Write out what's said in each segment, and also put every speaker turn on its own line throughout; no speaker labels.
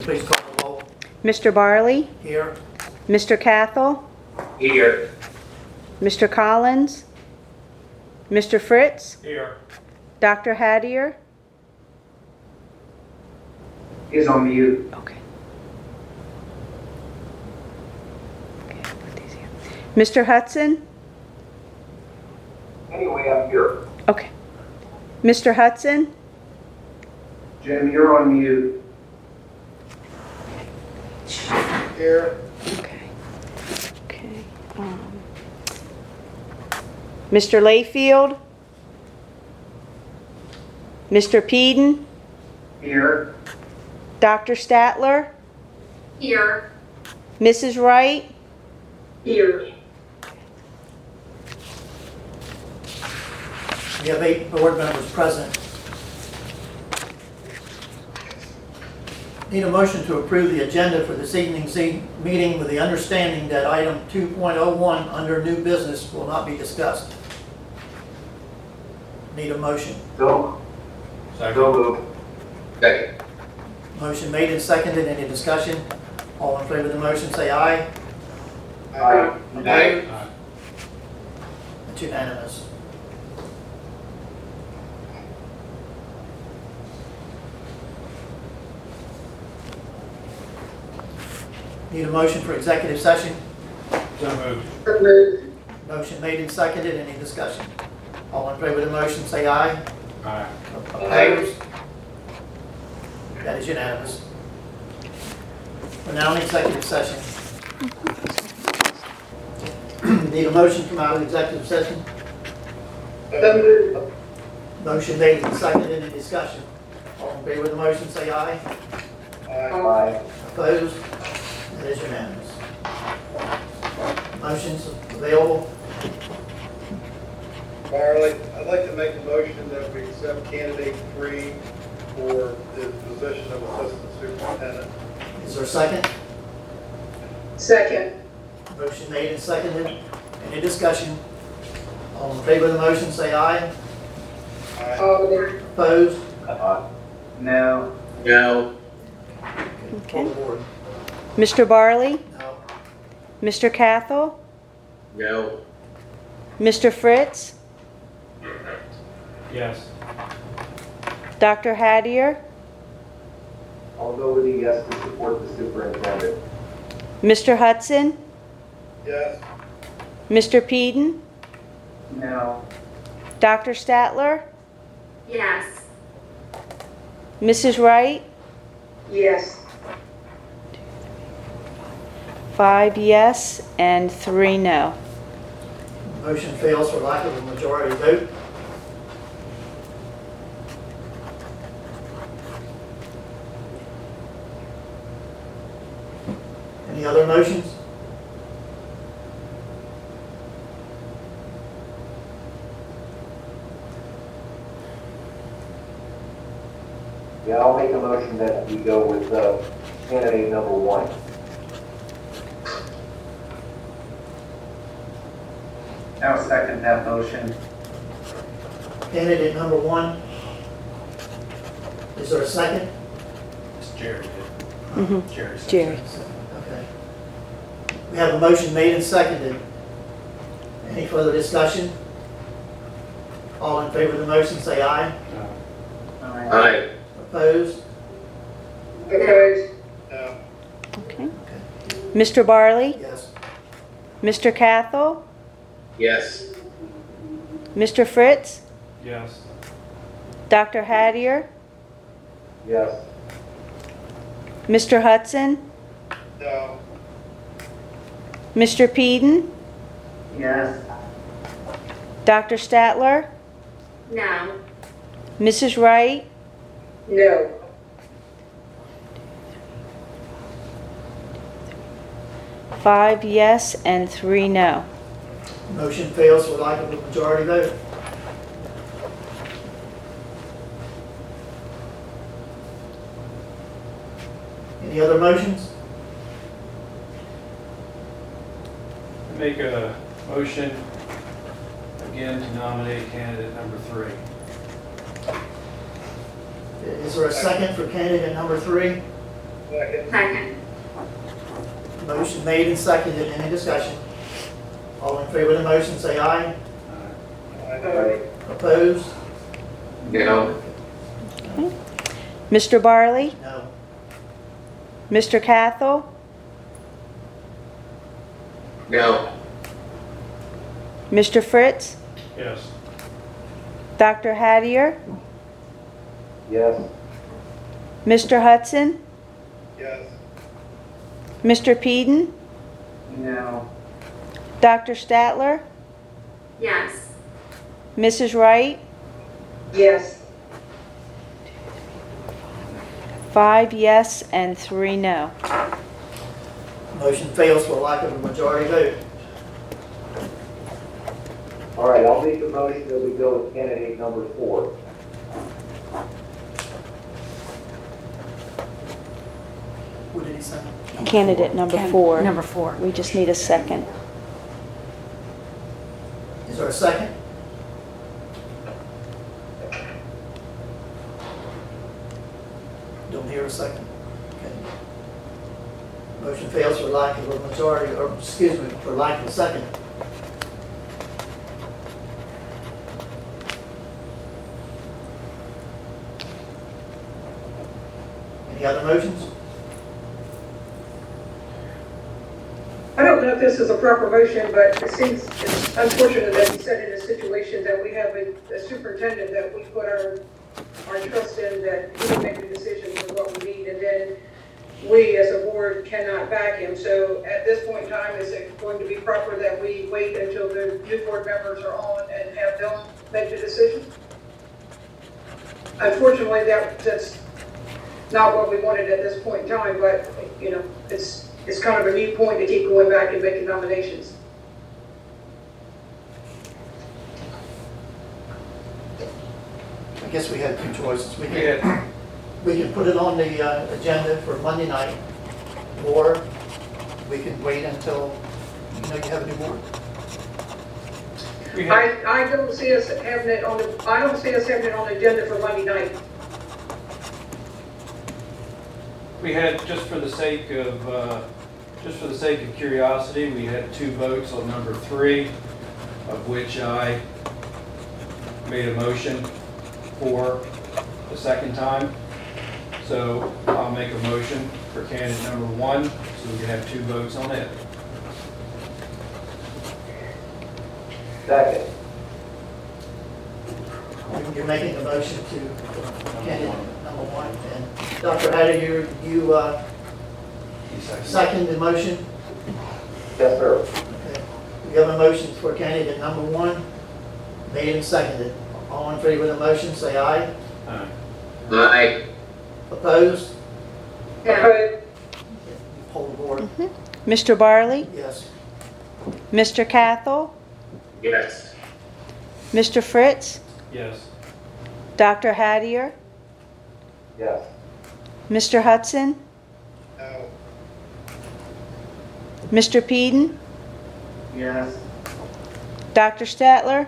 please call the roll.
Mr. Barley,
Here,
Mr. Cathell,
Here.
Mr. Collins, Mr. Fritz,
Here.
Dr. Hattier.
He's on mute.
Okay. Okay, I'll put these here. Mr. Hudson,
Anyway, I'm here.
okay. Mr. Hudson,
Jim, you're on mute.
here,
okay. Okay. um, Mr. Layfield, Mr. Peden,
Here.
Dr. Statler,
Here.
Mrs. Wright,
Here.
we have eight board members present. Need a motion to approve the agenda for this evening's e- meeting with the understanding that item 2.01 under new business will not be discussed. Need a motion.
So. So moved. Second.
Motion made and seconded. Any discussion? All in favor of the motion, say aye.
Aye. Aye.
It's unanimous. Need a motion for executive session?
So moved.
Approved.
Motion made and seconded, any discussion? All in favor of the motion, say aye.
Aye.
Opposed? That is unanimous. We're now in executive session. Need a motion to come out of executive session?
Approved.
Motion made and seconded, any discussion? All in favor of the motion, say aye.
Aye.
Opposed? It is unanimous. Motion's available.
Barley, I'd like to make a motion that we accept candidate three for the position of assistant superintendent.
Is there a second?
Second.
Motion made and seconded. Any discussion? All in favor of the motion, say aye.
Aye.
Alder.
Opposed?
Uh-huh. No. No.
All aboard.
Mr. Barley,
No.
Mr. Cathell,
No.
Mr. Fritz,
Yes.
Dr. Hattier,
I'll go with a yes to support the superintendent.
Mr. Hudson,
Yes,
Mr. Peden,
No.
Dr. Statler,
Yes.
Mrs. Wright,
Yes.
five yes and three no.
Motion fails for lack of a majority vote. Any other motions?
Yeah, I'll make a motion that we go with, uh, candidate number one. I'll second that motion.
Candidate number one. Is there a second?
It's Jerry.
Mm-hmm.
Mhm.
Jerry. said
Jerry.
Okay. We have a motion made and seconded. Any further discussion? All in favor of the motion, say aye.
Aye.
Opposed?
Approved.
no,
Okay. Mr. Barley,
Yes.
Mr. Cathell,
Yes.
Mr. Fritz,
Yes.
Dr. Hattier,
Yes.
Mr. Hudson,
no,
Mr. Peden,
Yes.
Dr. Statler,
No.
Mrs. Wright,
No.
five yes and three no.
Motion fails for lack of a majority vote. Any other motions?
Make a motion again to nominate candidate number three.
Is there a second for candidate number three?
Second.
Second.
Motion made and seconded, any discussion? All in favor of the motion, say aye.
Aye.
Opposed?
No.
Mr. Barley,
No.
Mr. Cathell,
No.
Mr. Fritz,
Yes.
Dr. Hattier,
yes.
Mr. Hudson,
Yes.
Mr. Peden,
No.
Dr. Statler,
Yes.
Mrs. Wright,
Yes.
five yes and three no.
Motion fails for lack of a majority vote.
All right, I'll make a motion that we go with candidate number four.
What did he say?
Candidate number
Can-
four.
Number four.
We just need a second.
Is there a second? Don't hear a second. Okay. Motion fails for lack of a majority, or excuse me, for lack of a second. Any other motions?
I don't know if this is a proper motion, but it seems it's unfortunate that we set in a situation that we have a a superintendent that we put our, our trust in that he will make the decisions of what we need, and then we as a board cannot back him. So at this point in time, is it going to be proper that we wait until the new board members are on and have them make the decision? Unfortunately, that, that's not what we wanted at this point in time, but, you know, it's, it's kind of a new point to keep going back and making nominations.
I guess we had two choices. We
We
could,
had
we could put it on the uh, agenda for Monday night, or we could wait until, you know, you have a new board.
We had,
I, I don't see us having it on the, I don't see us having it on the agenda for Monday night.
we had, just for the sake of, uh, just for the sake of curiosity, we had two votes on number three, of which I made a motion for the second time. So I'll make a motion for candidate number one, so we can have two votes on it.
Second,
You're making a motion to candidate number one, and Dr. Hatter, you, you uh, second the motion.
yes, sir.
Okay. We have a motion for candidate number one, made and seconded. All in favor of the motion, say aye.
Aye.
Aye.
Opposed?
Opposed?
Poll the board,
Mr. Barley,
yes.
Mr. Cathell,
Yes.
Mr. Fritz,
Yes.
Dr. Hattier,
Yes.
Mr. Hudson,
No.
Mr. Peden,
Yes.
Dr. Statler,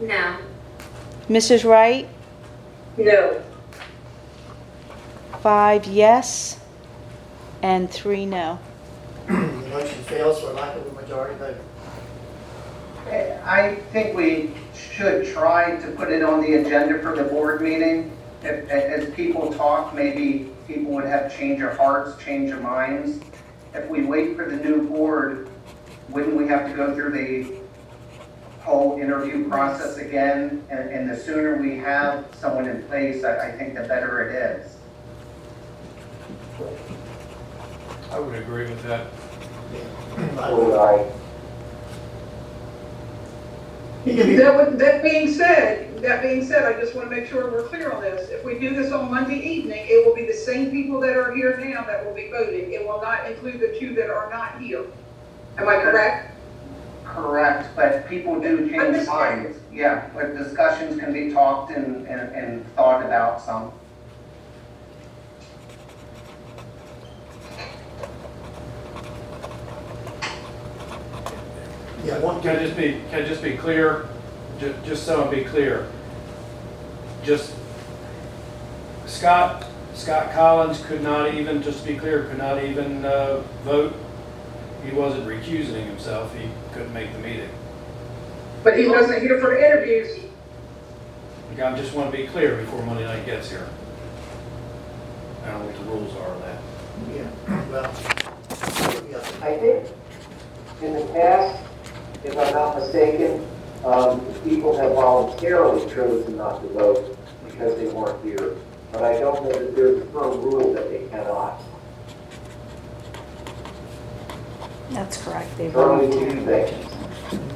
No.
Mrs. Wright,
No.
five yes and three no.
The motion fails for lack of a majority vote.
I think we should try to put it on the agenda for the board meeting. If, as people talk, maybe people would have change of hearts, change of minds. If we wait for the new board, wouldn't we have to go through the whole interview process again? And, and the sooner we have someone in place, I, I think the better it is.
I would agree with that.
So would I.
He can be-
That would, that being said, that being said, I just want to make sure we're clear on this. If we do this on Monday evening, it will be the same people that are here now that will be voting. It will not include the two that are not here. Am I correct?
Correct, but people do change
Understand.
minds. Yeah, but discussions can be talked and, and, and thought about some.
Yeah, one,
Can I just be, can I just be clear? Ju- Just so I'm be clear. Just, Scott, Scott Scott Collins could not even, just to be clear, could not even uh, vote. He wasn't recusing himself, he couldn't make the meeting.
But he wasn't here for interviews.
Like, I just want to be clear before Monday night gets here. I don't know what the rules are of that.
Yeah, well, yeah.
I think in the past, if I'm not mistaken, um, people have voluntarily chosen not to vote because they weren't here. But I don't know that there's a firm rule that they cannot.
That's correct. They
Early
voluntarily
Tuesday.
chosen.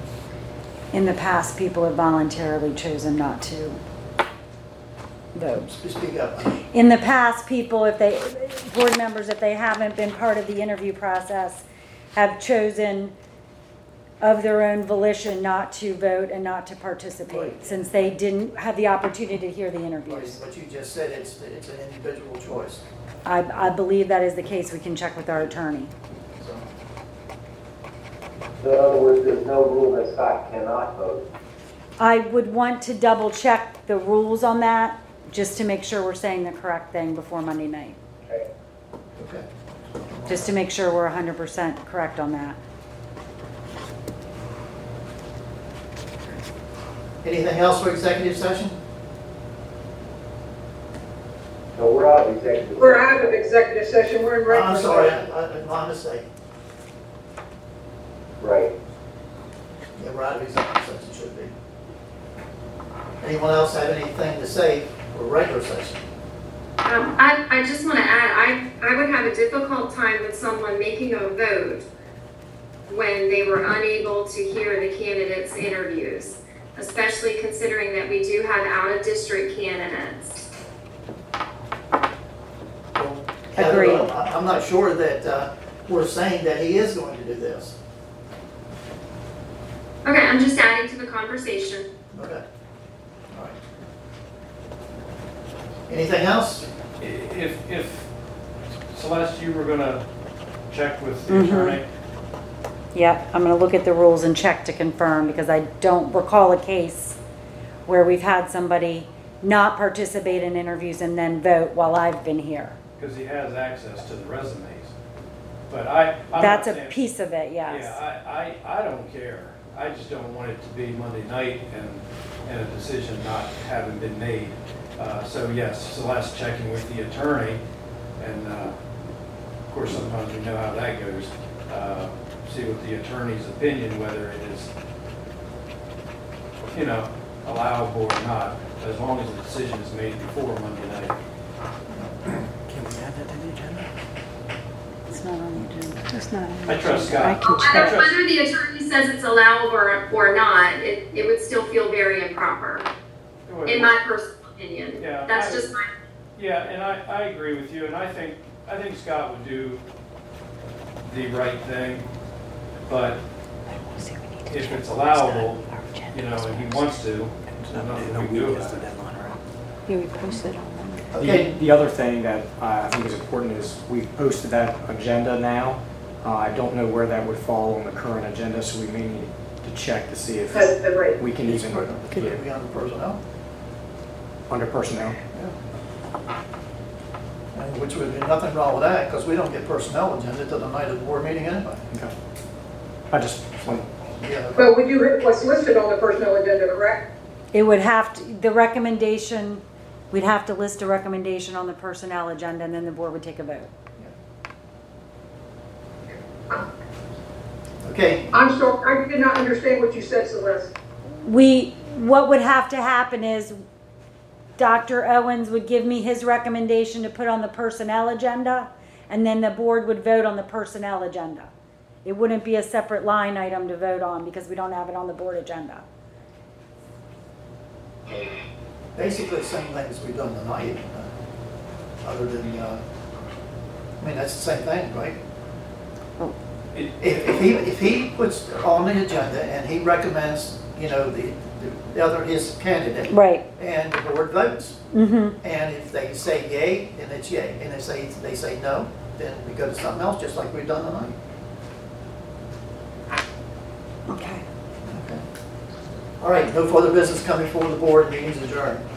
In the past, people have voluntarily chosen not to vote.
Speak up.
In the past, people, if they, board members, if they haven't been part of the interview process, have chosen of their own volition not to vote and not to
Right.
participate, since they didn't have the opportunity to hear the
What
interviews.
what you just said, it's, it's an individual choice,
I, I believe that is the case. We can check with our attorney.
so.
So in other words, there's no rule that Scott cannot vote.
I would want to double check the rules on that, just to make sure we're saying the correct thing before Monday night.
Okay.
Okay.
Just to make sure we're hundred percent correct on that.
Anything else for executive session?
So we're out of executive.
We're out of executive session, we're in regular.
I'm sorry,
session.
I- I- my mistake.
Right.
Yeah, we're out of executive session, should be. Anyone else have anything to say for regular session?
Um, I, I just want to add, I, I would have a difficult time with someone making a vote when they were unable to hear the candidates' interviews, especially considering that we do have out-of-district candidates.
Heather,
Agreed.
I- I'm not sure that uh, we're saying that he is going to do this.
Okay, I'm just adding to the conversation.
Okay. All right. Anything else?
If, if Celeste, you were gonna check with the
Mhm.
attorney,
Yep, I'm gonna look at the rules and check to confirm, because I don't recall a case where we've had somebody not participate in interviews and then vote while I've been here.
because he has access to the resumes. But I, I'm not
That's a
saying-
piece of it, yes.
Yeah, I, I, I don't care. I just don't want it to be Monday night and, and a decision not having been made. Uh, so yes, Celeste checking with the attorney and, uh, of course, sometimes we know how that goes. Uh, see what the attorney's opinion, whether it is, you know, allowable or not, as long as the decision is made before Monday night.
It's not on the agenda.
It's not. on the
I trust
agenda. I
Scott.
can check.
That's
Whether,
right.
whether the attorney says it's allowable or, or not, it, it would still feel very improper, in my personal opinion.
Yeah, I-
That's just my
Yeah, and I, I agree with you, and I think, I think Scott would do the right thing, but
See, we need to
if
check what's
it's
not
allowable,
our agenda.
you know, and he wants to, there's nothing we can do about it.
Yeah, we posted on Monday.
Okay.
The, the other thing that uh, I think is important is we've posted that agenda now. Uh, I don't know where that would fall on the current agenda, so we may need to check to see if
That's the right.
we can even,
Could it be under personnel?
under personnel.
And Which would be nothing wrong with that, because we don't get personnel agenda till the night of the board meeting anyway.
Okay. I just want
Yeah.
But would you, read what's listed on the personnel agenda, correct?
It would have, to the recommendation, we'd have to list a recommendation on the personnel agenda, and then the board would take a vote.
Okay,
I'm sorry, I did not understand what you said, Celeste.
we, what would have to happen is Dr. Owens would give me his recommendation to put on the personnel agenda, and then the board would vote on the personnel agenda. It wouldn't be a separate line item to vote on because we don't have it on the board agenda.
basically the same thing as we've done tonight, uh, other than, uh, I mean, that's the same thing, right?
It-
If, if he, if he puts on the agenda and he recommends, you know, the, the other, his candidate,
Right.
and the board votes,
Mm-hmm.
and if they say yay, then it's yay, and if they, they say no, then we go to something else, just like we've done tonight.
Okay.
Okay. All right, no further business coming before the board, meeting's adjourned.